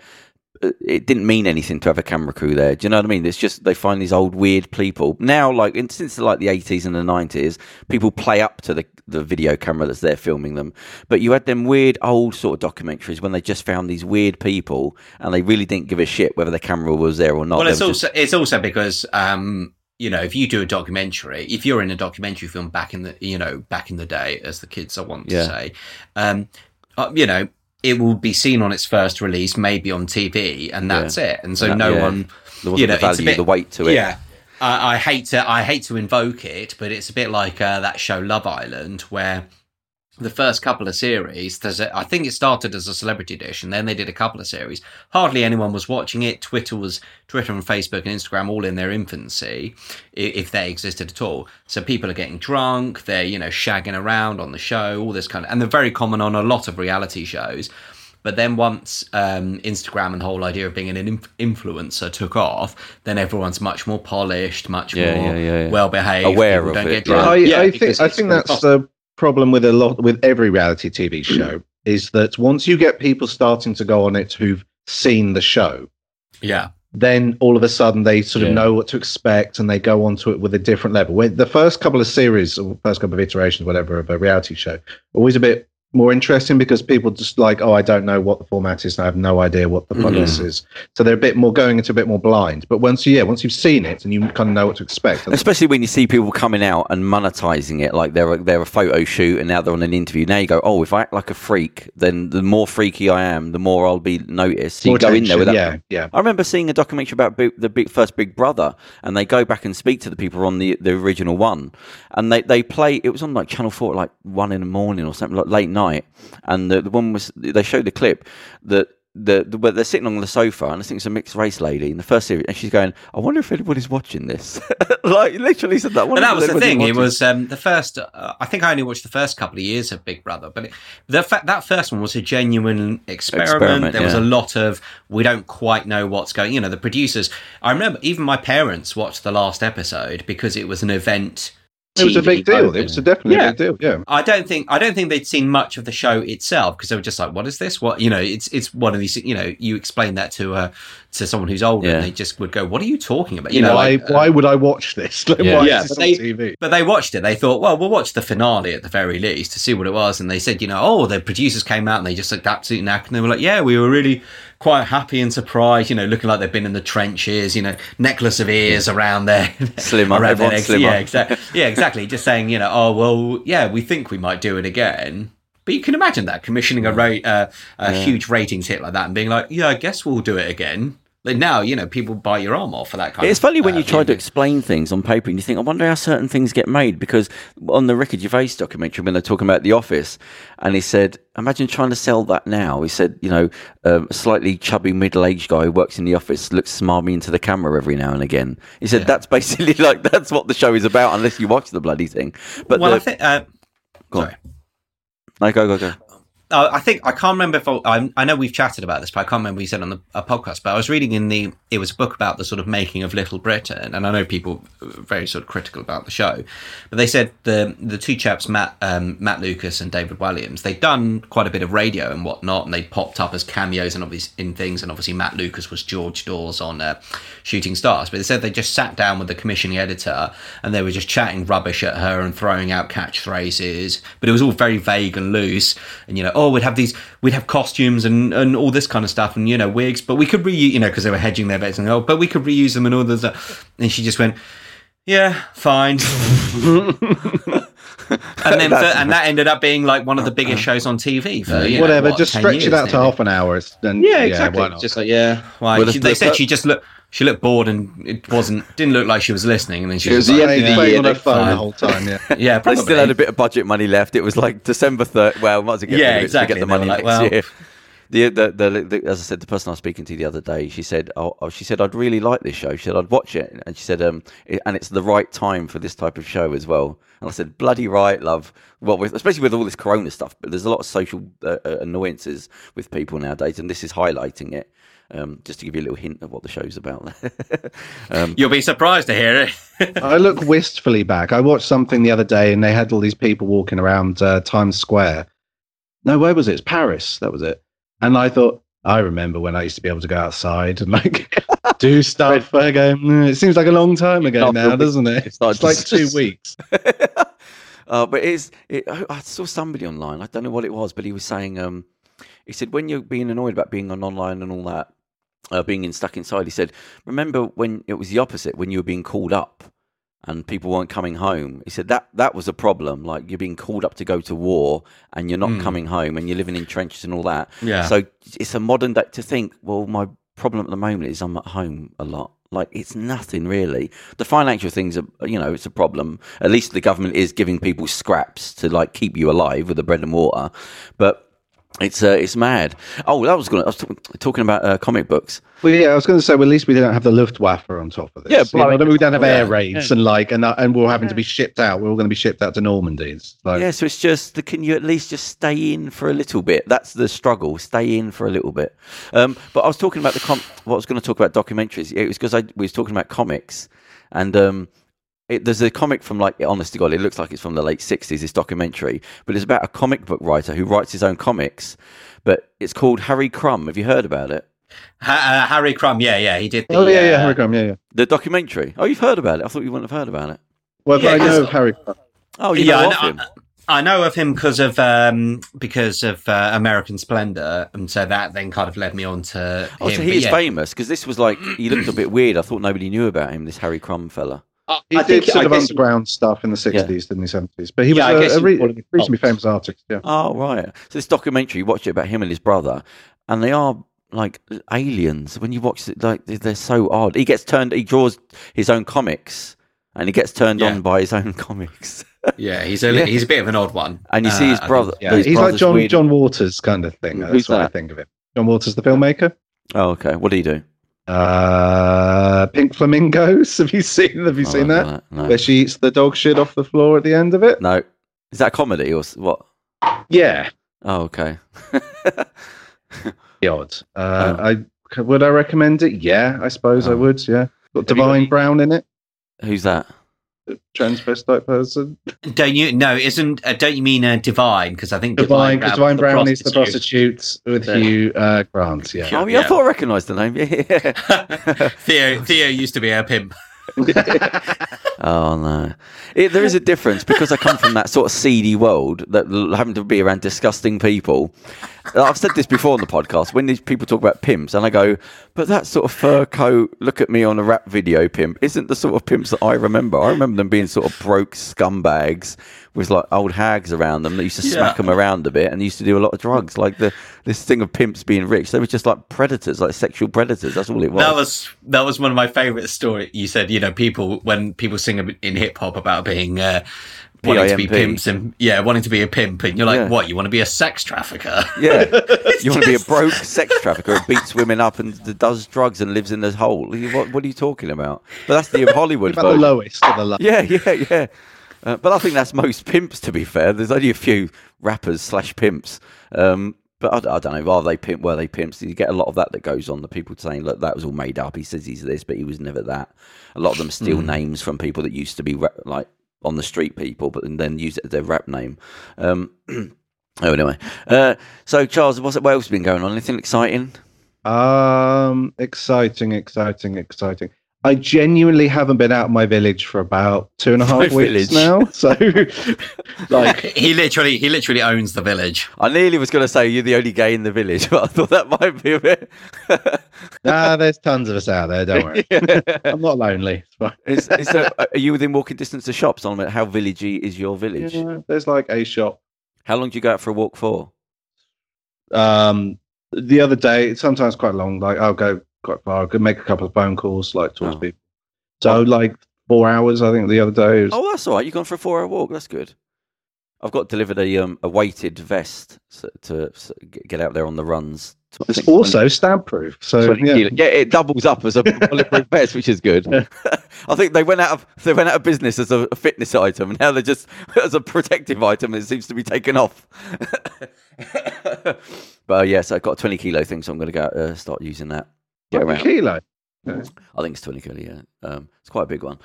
B: uh, it didn't mean anything to have a camera crew there. Do you know what I mean? It's just they find these old weird people now. Like in, since like the eighties and the nineties, people play up to the the video camera that's there filming them. But you had them weird old sort of documentaries when they just found these weird people and they really didn't give a shit whether the camera was there or not.
E: well,
B: They
E: it's
B: were
E: also
B: just-
E: it's also because um, you know if you do a documentary, if you're in a documentary film back in the you know back in the day, as the kids I want
B: Yeah.
E: to say, um, uh, you know it will be seen on its first release, maybe on TV, and that's it. And so
B: That-
E: no
B: yeah.
E: one,
B: there wasn't
E: you know,
B: the
E: it's a
B: value,
E: bit,
B: the weight to it.
E: Yeah. I I hate to I hate to invoke it, but it's a bit like uh, that show Love Island, where the first couple of series, there's a, I think it started as a celebrity dish, and then they did a couple of series. Hardly anyone was watching it. Twitter was Twitter and Facebook and Instagram all in their infancy, i- if they existed at all. So people are getting drunk, they're you know shagging around on the show, all this kind of, and they're very common on a lot of reality shows. But then once um, Instagram and the whole idea of being an inf- influencer took off, then everyone's much more polished, much
B: Yeah,
E: more
B: yeah, yeah, yeah.
E: well behaved.
B: Aware
E: people
B: of
E: don't
B: it,
E: get
B: yeah.
E: drunk.
D: I,
E: because
D: I think I
E: it's
D: think
E: very
D: that's
E: cost-
D: the problem with a lot with every reality TV show is that once you get people starting to go on it who've seen the show,
E: yeah.
D: then all of a sudden they sort of
B: Yeah.
D: know what to expect and they go onto it with a different level. When the first couple of series or first couple of iterations, whatever, of a reality show, always a bit more interesting because people just like, oh, I don't know what the format is and I have no idea what the fuck this is. So they're a bit more going into a bit more blind. But once you yeah, once you've seen it and you kind of know what to expect. and-
B: Especially when you see people coming out and monetizing it, like they're a, they're a photo shoot and now they're on an interview. Now you go, oh, if I act like a freak, then the more freaky I am, the more I'll be noticed. So you
D: more
B: go in there
D: tension.
B: with that.
D: yeah, yeah.
B: I remember seeing a documentary about Big, the big, first Big Brother, and they go back and speak to the people on the, the original one, and they, they play. It was on like Channel Four, at like one in the morning or something, like late night. And the, the one was they showed the clip that the, the where they're sitting on the sofa, and I think it's a mixed race lady in the first series, and she's going, "I wonder if anybody's watching this." like literally said that. "I
E: But
B: wonder
E: that
B: if
E: was the
B: anybody's
E: thing. It
B: watching
E: was um, the first. Uh, I think I only watched the first couple of years of Big Brother, but it, the fa- that first one was a genuine experiment.
B: Experiment,
E: there was
B: yeah.
E: a lot of we don't quite know what's going. You know, the producers. I remember even my parents watched the last episode because it was an event.
D: It was a
E: TV
D: big deal. It
E: moment.
D: was a definitely
E: Yeah.
D: a big deal. Yeah.
E: I don't think I don't think they'd seen much of the show itself because they were just like, "What is this? What you know?" It's it's one of these. You know, you explain that to uh to someone who's older,
B: Yeah.
E: and they just would go, "What are you talking about?"
D: You know, why,
E: like, uh,
D: why would I watch this? Like,
B: Yeah.
D: Why
E: Yeah,
D: is
E: but
D: this
E: they-
D: on TV?
E: But they watched it. They thought, well, we'll watch the finale at the very least to see what it was. And they said, you know, oh, the producers came out and they just looked absolutely knackered. And they were like, yeah, we were really quite happy and surprised, you know, looking like they've been in the trenches, you know, necklace of ears around their
B: Slimmer,
E: around
B: everyone's slimmer.
E: Yeah, exactly. yeah, exactly. Just saying, you know, oh well, yeah, we think we might do it again. But you can imagine that commissioning a, ra- uh, a huge ratings hit like that and being like, yeah, I guess we'll do it again. Like now, you know, people buy your arm off for that kind.
B: It's
E: of,
B: funny when
E: uh,
B: you try to
E: know.
B: explain things on paper and you think, I wonder how certain things get made. Because on the Ricky Gervais documentary, when they're talking about The Office, and he said, Imagine trying to sell that now. He said, You know, um, a slightly chubby middle aged guy who works in the office looks smarmy into the camera every now and again. He said, That's basically like, that's what the show is about, unless you watch the bloody thing. But
E: well,
B: the,
E: I think. Uh,
B: Go on.
E: sorry.
B: no, go, go, go.
E: uh, I think I can't remember if I, I, I know we've chatted about this, but I can't remember we said on the a podcast. But I was reading in the it was a book about the sort of making of Little Britain, and I know people were very sort of critical about the show, but they said the the two chaps Matt um, Matt Lucas and David Williams they'd done quite a bit of radio and whatnot, and they popped up as cameos and obviously in things, and obviously Matt Lucas was George Dawes on uh, Shooting Stars, but they said they just sat down with the commissioning editor and they were just chatting rubbish at her and throwing out catchphrases, but it was all very vague and loose. And you know, oh, we'd have these, we'd have costumes and and all this kind of stuff, and you know, wigs, but we could reuse, you know, because they were hedging their bets and oh, but we could reuse them and all this. stuff." And she just went, yeah, fine. and then
B: That's-
E: and that ended up being like one of the biggest shows on TV for you know,
D: Whatever,
E: what,
D: just
E: 10
D: stretch it
E: years
D: out to
E: nearly.
D: half an hour. It's, then,
E: Yeah, exactly.
D: why not?
E: just like yeah. Why
B: Well,
E: she,
B: the-
E: they
B: the
E: said
B: fir-
E: she just looked. She looked bored and it wasn't didn't look like she was listening. And then she
C: It
E: was,
C: was the
E: like,
C: end of the
D: Yeah, playing
C: year,
D: on her
C: they-
D: phone the
E: fine.
D: whole time. Yeah.
E: yeah,
B: They
E: probably.
B: still had a bit of budget money left. It was like December third. Well, might as well get,
E: Yeah,
B: rid of it so we
E: exactly.
B: get the
E: They were
B: money
E: like,
B: next
E: well-
B: year. The, the, the, the, as I said, the person I was speaking to the other day, she said, oh, oh, she said, I'd really like this show. She said, I'd watch it. And she said, um, it- and it's the right time for this type of show as well. And I said, bloody right, love. Well, with, especially with all this Corona stuff, but there's a lot of social uh, uh, annoyances with people nowadays, and this is highlighting it. Um, just to give you a little hint of what the show's about. um,
E: You'll be surprised to hear it.
D: I look wistfully back. I watched something the other day, and they had all these people walking around uh, Times Square. No, where was it? It's Paris. That was it. And I thought, I remember when I used to be able to go outside and like do stuff. I go, "Mm, it seems like a long time ago
B: Not
D: now,
B: really.
D: doesn't it?
B: It's
D: It's,
B: not
D: like
B: just-
D: two weeks.
B: uh, but it's it, I I saw somebody online. I don't know what it was, but he was saying um, he said when you're being annoyed about being on online and all that, uh, being in stuck inside, he said remember when it was the opposite when you were being called up and people weren't coming home. He said that that was a problem. Like you're being called up to go to war and you're not coming home and you're living in trenches and all that.
E: Yeah.
B: So it's a modern day to think. Well, my problem at the moment is I'm at home a lot. Like it's nothing really. The financial things are, you know, it's a problem. At least the government is giving people scraps to like keep you alive with the bread and water, but. It's uh, it's mad. Oh, that was gonna. I was talking talking about uh, comic books.
D: Well, yeah, I was going to say, well, at least we don't have the Luftwaffe on top of this.
B: Yeah,
D: You know,
B: blowing-
D: we don't have air raids and like, and uh, and we're having to be shipped out. We're all going to be shipped out to Normandy. It's like,
B: Yeah, so it's just the, can you at least just stay in for a little bit? That's the struggle. Stay in for a little bit. Um, but I was talking about the com- what I was going to talk about documentaries. It was because I we was talking about comics, and um, it, there's a comic from like honest to god, it looks like it's from the late '60s. This documentary, but it's about a comic book writer who writes his own comics. But it's called Harry Crumb. Have you heard about it?
E: Ha- uh, Harry Crumb, yeah, yeah, he did. The,
D: oh yeah, yeah,
E: uh,
D: Harry Crumb, yeah, yeah.
B: The documentary. Oh, you've heard about it. I thought you wouldn't have heard about it.
D: Well,
E: Yeah,
D: I
E: because-
D: know of Harry. Crumb.
B: Oh, you
E: yeah,
B: know,
E: I
B: of
E: know-
B: him.
E: I, I know of him because of um, because of uh, American Splendor, and so that then kind of led me on to.
B: Oh,
E: him,
B: so
E: but
B: he is
E: yeah.
B: famous because this was like he looked a bit weird. I thought nobody knew about him. This Harry Crumb fella.
D: He
C: I
D: did
C: think-
D: sort
C: I
D: of
C: guess-
D: underground stuff in the 60s, didn't he, 70s? But he
C: Yeah, I
D: was a-
C: guess
D: a,
C: you'd
D: re-
C: call him a
D: reasonably
C: cult.
D: famous artist, yeah.
B: Oh right. So this documentary, you watch it about him and his brother, and they are like aliens. When you watch it, like they're- they're so odd. He gets turned. He draws his own comics, and he gets turned
E: Yeah.
B: on by his own comics.
E: Yeah, he's a li- he's a bit of an odd one,
B: And you see
E: Uh,
B: his
E: I
B: brother.
D: yeah.
B: his
D: He's like
B: brother's
D: John
B: weird-
D: John Waters kind of thing. That's
B: Who's
D: what I
B: that?
D: think of him. John Waters, the filmmaker.
B: Oh okay. What do you do?
D: Uh, Pink Flamingos. Have you seen Have you
B: Oh,
D: seen
B: I
D: that?
B: don't know No.
D: Where she eats the dog shit off the floor at the end of it?
B: No. Is that a comedy or s- what?
D: Yeah.
B: Oh okay.
D: The odds. Uh, I c- would I recommend it? Yeah, I suppose I
B: Oh.
D: would, yeah. Got
C: you got
D: Divine
C: any-
D: Brown in it,
B: Who's that?
D: transvestite person.
E: think. Don't you? No, isn't? Uh, don't you mean uh, divine? Because I think
D: Divine, because Divine
E: Brown
D: Brown
E: was
D: is the prostitute with
C: Yeah.
D: Hugh uh, Grant, yeah.
B: Oh yeah, I
E: yeah.
B: thought I recognised the name. Yeah.
E: Theo Theo used to be a pimp.
B: Oh no, it, there is a difference because I come from that sort of seedy world that l- having to be around disgusting people. I've said this before on the podcast when these people talk about pimps, and I go, "But that sort of fur coat, look at me on a rap video, pimp, isn't the sort of pimps that I remember. I remember them being sort of broke scumbags with like old hags around them that used to smack them around a bit and used to do a lot of drugs. Like the this thing of pimps being rich, they were just like predators, like sexual predators. That's all it was.
E: That was that was one of my favorite stories. You said, you know, people when people sing in hip hop about being uh, wanting to be
B: PIMP.
E: pimps and yeah, wanting to be a pimp, and you're like,
B: Yeah.
E: what? You want to be a sex trafficker?
B: Yeah. you want to be a broke sex trafficker who beats women up and d- does drugs and lives in this hole. You- What, what are you talking about? But that's the Hollywood
D: About the
B: version.
D: lowest of the low.
B: Yeah, yeah, yeah. Uh, but I think that's most pimps, to be fair. There's only a few rappers slash pimps. Um, but I, I don't know. Are they pimp? Were they pimps? You get a lot of that that goes on. The people saying, "Look, that was all made up." He says he's this, but he was never that. A lot of them steal names from people that used to be rap, like on the street people, but and then use it as their rap name. Um, oh, anyway. Uh, so, Charles, what's what else been going on? Anything exciting?
D: Um, exciting, exciting, exciting. I genuinely haven't been out of my village for about two and a
B: My
D: half weeks
B: village.
D: now. So, like,
E: he literally he literally owns the village.
B: I nearly was going to say you're the only gay in the village, but I thought that might be a bit.
D: ah, there's tons of us out there. Don't worry, I'm not lonely. It's fine.
B: Is, is there, are you within walking distance of shops? On how villagey is your village?
D: Yeah, there's like a shop
B: How long do you go out for a walk for?
D: um the other day it's sometimes quite long like i'll go quite far i could make a couple of phone calls like talk
B: Oh.
D: to people so like four hours i think the other day was,
B: Oh, that's all right. You've gone for a four-hour walk. That's good. I've got delivered a um, a weighted vest so, to so, g- get out there on the runs. So I
D: it's
B: think
D: also stab proof so
B: 20
D: yeah.
B: kilo- yeah, it doubles up as a bulletproof vest, which is good. I think they went out of they went out of business as a fitness item, and now they're just as a protective item. It seems to be taken off. but uh, yes, I've got a twenty kilo thing, so I'm going to go out, uh, start using that. Get around.
D: Like a kilo
B: I think it's 20 kilo, yeah. Um, it's quite a big one.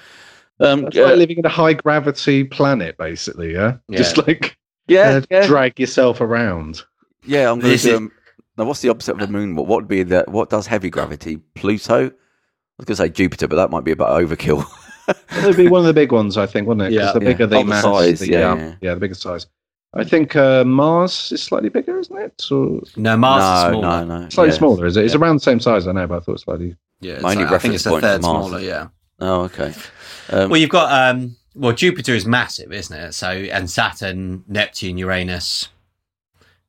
B: Um,
D: that's
B: yeah,
D: like living in a high gravity planet basically yeah,
B: Yeah.
D: just like
B: yeah,
D: uh,
B: yeah,
D: drag yourself around
B: yeah. I'm going
E: This
B: to do.
E: is-
B: Um, now, what's the opposite of the moon? What, what would be the what does heavy gravity? Pluto. I was going to say Jupiter, but that might be a bit overkill.
D: it'd be one of the big ones i think wouldn't it
E: Yeah.
D: because the
B: Yeah.
D: bigger the
B: Oh, the
D: mass
B: size,
D: the,
B: yeah,
D: um,
B: yeah.
D: the bigger size i think uh, mars is slightly bigger isn't it so
E: No, Mars is
B: no,
E: smaller.
B: no, no,
D: slightly
B: yeah.
D: smaller is it it's around the same size i know but i thought it's slightly
E: Yeah, it's
B: My only
E: like- I think
B: reference
E: it's the
B: point for
E: third
B: Mars.
E: smaller. Yeah.
B: Oh, okay. Um,
E: Well, you've got um. Well, Jupiter is massive, isn't it? So, and Saturn, Neptune, Uranus,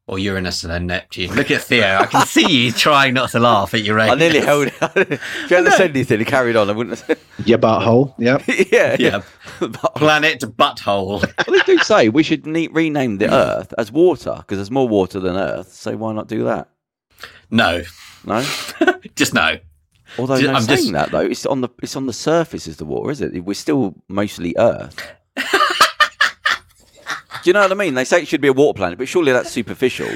E: or Uranus and then Neptune. Look at Theo. I can see you trying not to laugh at Uranus.
B: I nearly held. if you hadn't said anything, it carried on. I wouldn't. Have,
D: Your butthole.
B: Uh,
D: Yep.
B: yeah, yeah.
E: Yeah, planet butthole.
B: Well, they do say we should ne- rename the Earth as water because there's more water than Earth. So why not do that?
E: No,
B: No.
E: just no.
B: Although
E: Ju-
B: no,
E: I'm
B: saying
E: just-
B: that though, it's on the it's on the surface is the water, is it? We're still mostly Earth. Do you know what I mean? They say it should be a water planet, but surely that's superficial.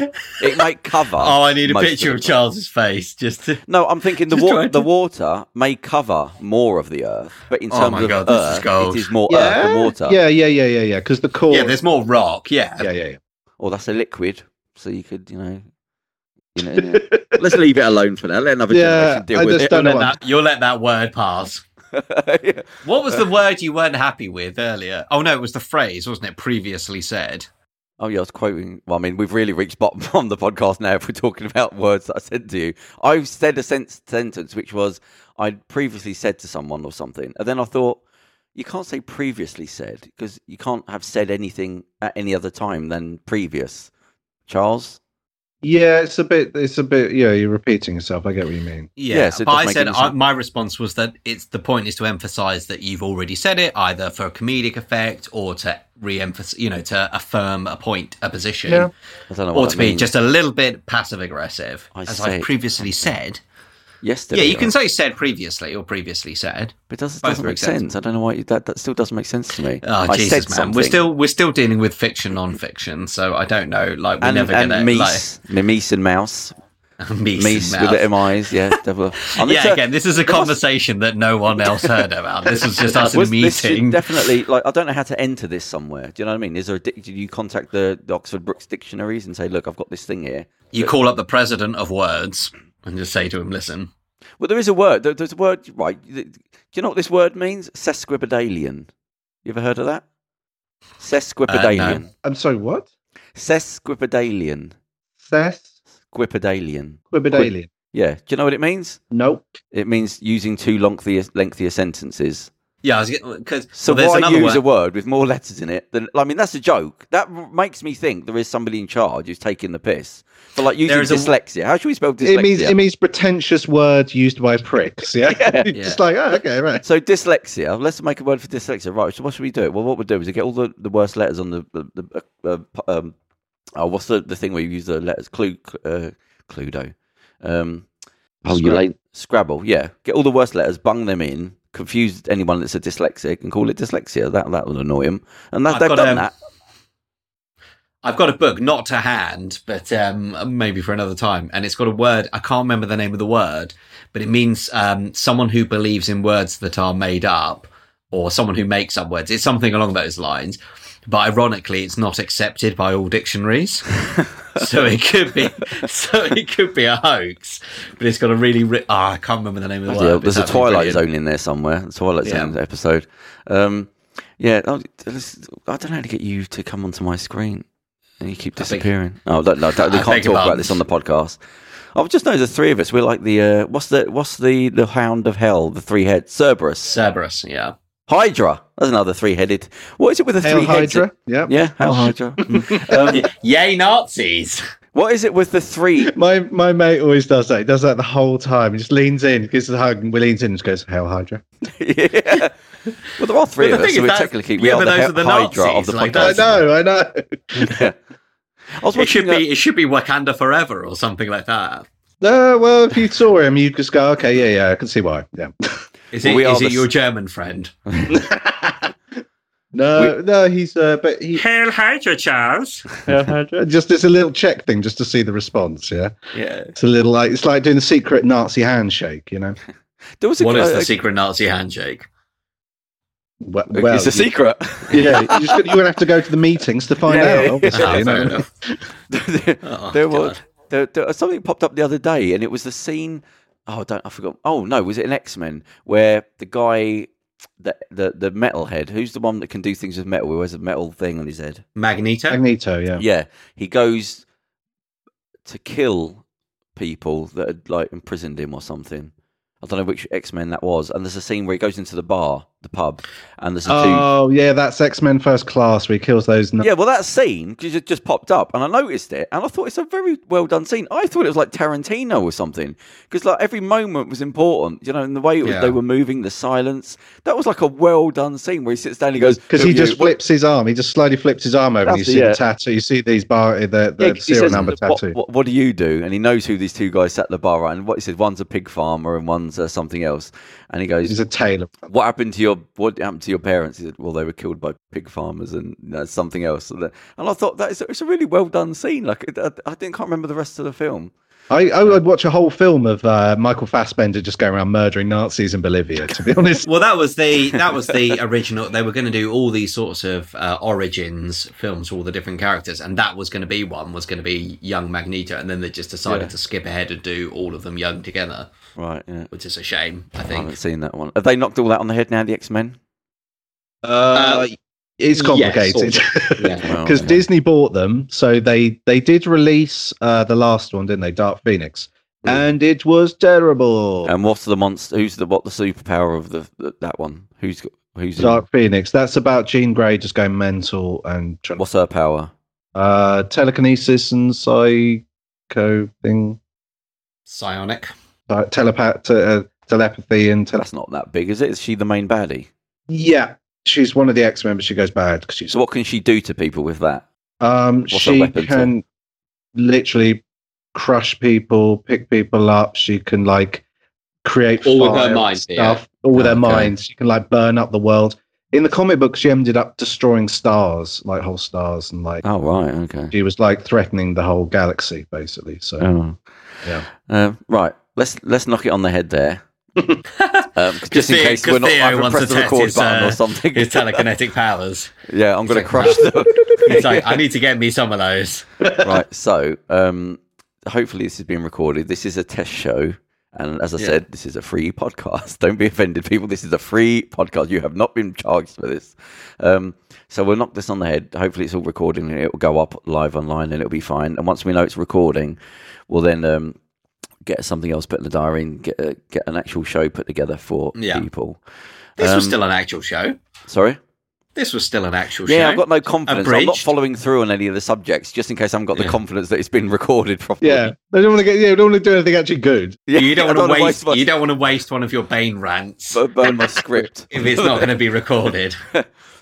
B: It might cover.
E: Oh, I need a
B: most
E: picture
B: the-
E: of Charles's face just to.
B: No, I'm thinking the
E: Just
B: water.
E: trying to-
B: The water may cover more of the Earth, but in
E: Oh
B: terms
E: my
B: of
E: God, this is
B: Earth,
E: gold.
B: it is more Earth
D: Yeah.
B: than water.
D: Yeah, yeah, yeah, yeah, yeah. Because the core.
E: Yeah, there's more rock. Yeah.
D: yeah, yeah, yeah.
B: Or that's a liquid, so you could, you know, you know. yeah. Let's leave it alone for now. Let another
D: Yeah,
B: generation deal
D: I
B: with
D: just
B: it.
D: don't
E: Let
D: know.
E: that- you'll let that word pass.
B: Yeah.
E: What was the
B: Uh.
E: word you weren't happy with earlier? Oh no, it was the phrase, wasn't it? Previously said.
B: Oh yeah, I was quoting. Well, I mean, we've really reached bottom on the podcast now. If we're talking about words that I said to you, I said a sen- sentence which was I'd previously said to someone or something, and then I thought you can't say previously said because you can't have said anything at any other time than previous. Charles,
D: Yeah, it's a bit. It's a bit. Yeah, you're repeating yourself. I get what you mean.
E: Yeah,
B: Yeah, so it
E: but
B: doesn't
E: I
B: make
E: said
B: any
E: I,
B: sense.
E: my response was that it's the point is to emphasize that you've already said it, either for comedic effect or to re-emphasize, you know, to affirm a point, a position,
D: Yeah.
B: I don't know
E: or
B: what
E: to
B: that
E: be
B: means.
E: just a little bit passive aggressive,
B: I
E: as
B: say-
E: I previously said.
B: yesterday.
E: Yeah, you can say
B: right?
E: "said previously" or "previously said."
B: but it doesn't,
E: both
B: doesn't
E: make
B: make
E: sense.
B: sense. I don't know why you, that that still doesn't make sense to me.
E: Oh,
B: I
E: Jesus,
B: said
E: man,
B: something.
E: we're still we're still dealing with fiction, non-fiction, so I don't know. Like we're
B: and,
E: never
B: and
E: gonna
B: meese, meese and mouse,
E: like meese,
B: meese
E: and
B: with
E: mouth.
B: the mi's. Yeah, devil. I mean,
E: yeah,
B: so-
E: again, this is a conversation that no one else heard about. This was just us in a
B: Was- this should
E: meeting.
B: definitely, like, I don't know how to enter this somewhere. Do you know what I mean? Is there a, dic- do you contact the, the Oxford Brooks dictionaries and say, look, I've got this thing here?
E: You call up the president of words and just say to him, "Listen,
B: Well, there is a word. There, there's a word, right? th- Do you know what this word means? Sesquipedalian. You ever heard of that? Sesquipedalian.
D: I'm sorry, what?
B: Sesquipedalian.
D: Sess
B: Squipedalian.
D: Quibbedalian.
B: Yeah. Do you know what it means?
D: Nope.
B: It means using two lengthier, lengthier sentences.
E: Yeah, because
B: So
E: there's
B: why
E: another
B: use
E: word.
B: a word with more letters in it than? I mean, that's a joke. That r- makes me think there is somebody in charge who's taking the piss. But like using
E: There is a-
B: dyslexia. How should we spell dyslexia?
D: It means it means pretentious word used by pricks. Yeah, just like oh, okay, right.
B: So dyslexia. Let's make a word for dyslexia. Right. So what should we do? Well, what we'll do is we get all the, the worst letters on the the, the uh, p- um. Oh, what's the, the thing where you use the letters? Clue, cl- uh, Cluedo. Um,
C: Oh, you like
B: Scrabble. Yeah. Get all the worst letters, bung them in, confuse anyone that's a dyslexic, and call it dyslexia. That that will annoy them. And that,
E: I've
B: they've
E: got,
B: done
E: um,
B: that.
E: I've got a book not to hand, but um, maybe for another time, and it's got a word. I can't remember the name of the word, but it means um, someone who believes in words that are made up, or someone who makes up words. It's something along those lines. But ironically, it's not accepted by all dictionaries, so it could be so it could be a hoax. But it's got a really ri- ah, I can't remember the name of the
B: Yeah,
E: word. but
B: there's a
E: it's absolutely
B: Twilight
E: brilliant.
B: Zone in there somewhere. The Twilight
E: Yeah.
B: Zone episode. Um, yeah, I, I don't know how to get you to come onto my screen, and you keep
E: beg-
B: disappearing. oh, no, no,
E: I
B: we can't
E: beg your
B: talk about
E: pardon.
B: this on the podcast. I just know the three of us. We're like the uh, what's the what's the the hound of hell? The three head Cerberus,
E: Cerberus, yeah.
B: Hydra. That's another three headed. What is it with the
D: Hail
B: three heads?
D: Hydra. Oh, Yeah.
B: Yeah, Hail Hydra. Mm.
E: Y- Yay, Nazis!
B: what is it with the three?
D: My my mate always does that. He does that the whole time. He just leans in, gives us a hug, and we leans in and just goes, Hail Hydra.
B: yeah. Well, there are three
E: But the thing
B: of us, so
E: is
B: we're
E: that's-
B: technically we
E: yeah, but
B: are the,
E: those
B: he-
E: are the
B: Hydra
E: Nazis,
B: of the
E: like,
D: I
B: podcast.
E: that's-
D: know, I know.
B: I was
E: It should
B: watching uh,
E: be it should be Wakanda forever or something like that.
D: No, well, if you saw him, you'd just go, okay, yeah, yeah, I can see why. Yeah.
E: Is
B: Well,
E: it,
B: we are
E: is
B: the
E: it your
B: s-
E: German friend?
D: No, no, he's uh, but he
E: Hail Hydra, Charles.
D: just it's a little check thing just to see the response. Yeah,
E: Yeah.
D: it's a little like it's like doing the secret Nazi handshake. You know,
B: there was a,
E: What is
B: a-
E: the secret Nazi handshake?
D: well,
B: it's a
D: you-
B: secret.
D: yeah, you just, you're gonna have to go to the meetings to find
B: Yeah, yeah,
D: out.
B: yeah.
D: Obviously,
E: Ah,
D: you
E: fair
D: know?
E: enough.
B: there,
E: Oh,
B: there was
E: God.
B: there, there- something popped up the other day, and it was the scene. Oh, I don't I forgot? Oh no, was it an X Men where the guy, the the the metalhead, who's the one that can do things with metal, who has a metal thing on his head?
E: Magneto.
D: Magneto. Yeah,
B: Yeah, he goes to kill people that had like imprisoned him or something. I don't know which X Men that was. And there's a scene where he goes into the bar, the pub, and there's a two
D: Oh yeah, that's X Men First Class where he kills those. Na-
B: Yeah, well, that scene 'cause it just popped up, and I noticed it, and I thought it's a very well done scene. I thought it was like Tarantino or something, because like every moment was important, you know, and the way it was,
E: Yeah.
B: they were moving, the silence. That was like a well done scene where he sits down and he goes,
D: Because
B: "Who
D: he
B: are
D: just
B: you?"
D: flips his arm. He just slowly flips his arm over, and you
B: That's
D: see
B: it, yeah.
D: the tattoo. You see these bar, the, the
B: Yeah, 'cause he
D: serial
B: says,
D: number
B: what,
D: tattoo.
B: what, what do you do? And he knows who these two guys sat at the bar are, and what he said, one's a pig farmer and one's uh, something else. And he goes,
D: He's a tailor.
B: what happened to your what happened to your parents? He said, well, they were killed by pig farmers and uh, something else. And, that- and I thought that is it's a really well done scene. Like it- I, I didn't can't remember the rest of the film.
D: I, I would watch a whole film of uh, Michael Fassbender just going around murdering Nazis in Bolivia. To be honest,
E: Well, that was the that was the original. They were going to do all these sorts of uh, origins films for all the different characters, and that was going to be one was going to be young Magneto, and then they just decided
B: Yeah.
E: to skip ahead and do all of them young together,
B: Right. Yeah.
E: which is a shame. I
B: I haven't
E: think.
B: seen that one. Have they knocked all that on the head now? The X Men.
D: uh, it's
E: yes,
D: complicated because
E: Yeah.
B: Well, Oh, yeah.
D: Disney bought them, so they they did release uh, the last one, didn't they? Dark Phoenix,
B: Mm.
D: and it was terrible.
B: And what's the monster? Who's the what? The superpower of the, the that one? Who's got who's in-
D: Dark Phoenix. That's about Jean Grey just going mental and trying
B: what's her power?
D: uh, telekinesis and psycho thing,
E: Psionic.
D: uh, telepath, uh, telepathy and tele-
B: That's not that big, is it? Is she the main baddie?
D: yeah. She's one of the X Men, but she goes bad because she's
B: So what can she do to people with that?
D: Um,
B: What's her
D: she
B: weapon, Tom?
D: can literally crush people, pick people up. She can like create
E: All with her
D: fire and
E: mind, yeah.
D: stuff, all with her
B: Okay.
D: mind. She can like burn up the world. In the comic book, she ended up destroying stars, like whole stars, and like
B: Oh right, okay.
D: she was like threatening the whole galaxy, basically. So
B: Oh.
D: Yeah.
B: Um, right. Let's let's knock it on the head there. Um, just in
E: Theo-
B: case
E: 'cause
B: we're not, I
E: Theo
B: haven't
E: wants
B: pressed
E: to
B: the
E: test
B: record
E: his,
B: button or
E: uh,
B: something.
E: His telekinetic powers.
B: yeah, I'm going to
E: like,
B: crush them.
E: He's like, I need to get me some of those.
B: right. So, um, hopefully, this is being recorded. This is a test show, And as I
E: Yeah.
B: said, this is a free podcast. Don't be offended, people. This is a free podcast. You have not been charged for this. Um, so we'll knock this on the head. Hopefully, it's all recording and it will go up live online and it'll be fine. And once we know it's recording, we'll then um, get something else put in the diary and get, a, get an actual show put together for
E: Yeah.
B: people.
E: This was
B: Um,
E: still an actual show.
B: Sorry?
E: This was still an actual show.
B: Yeah, I've got no confidence. I'm not
E: Abridged.
B: following through on any of the subjects, just in case I haven't got the
E: Yeah.
B: confidence that it's been recorded properly.
D: Yeah, they don't want to get. Yeah, they don't want to do anything actually good.
E: you
B: I
E: don't want to
B: wanna
E: waste.
B: my-
E: You don't want to waste one of your Bane rants
B: bu- burn my script.
E: if it's not going to be recorded.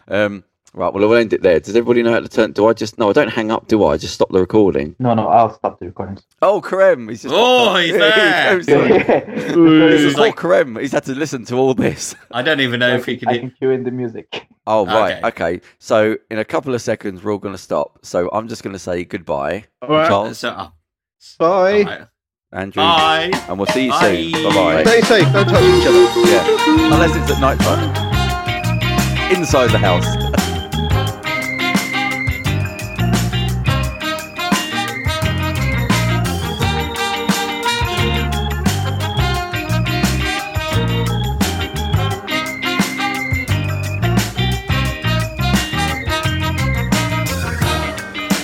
B: Um, right, well, I'll end it there. Does everybody know how to turn? Do I just no? I don't hang up, do I? I just stop the recording.
C: No, no, I'll stop the recording.
B: Oh, Karem, he's just.
E: Oh, he's there!
B: I'm sorry.
C: Because
B: This
E: He's
B: is like
E: like-
B: Karem. He's had to listen to all this.
E: I don't even know
C: I
E: if you can.
C: can, I
E: do-
C: can cue in the music.
B: Oh, right.
E: Okay.
B: Okay. So, in a couple of seconds, we're all going to stop. So, I'm just going to say goodbye.
D: All right.
B: Charles,
E: So, oh,
D: Bye.
E: alright.
B: Andrew,
E: Bye.
B: and we'll see you soon.
E: Bye.
B: Bye bye.
D: Stay safe. Don't touch each other.
B: Yeah. Unless it's at night time. Inside the house.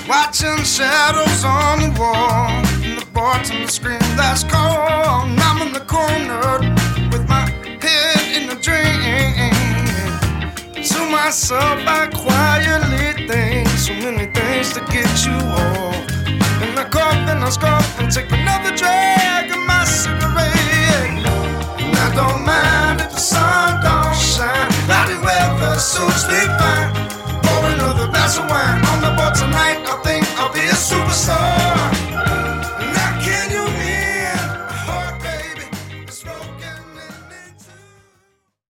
F: Watching shadows on the wall And the boards on the screen that's cold I'm in the corner With my head in a dream To myself Oh,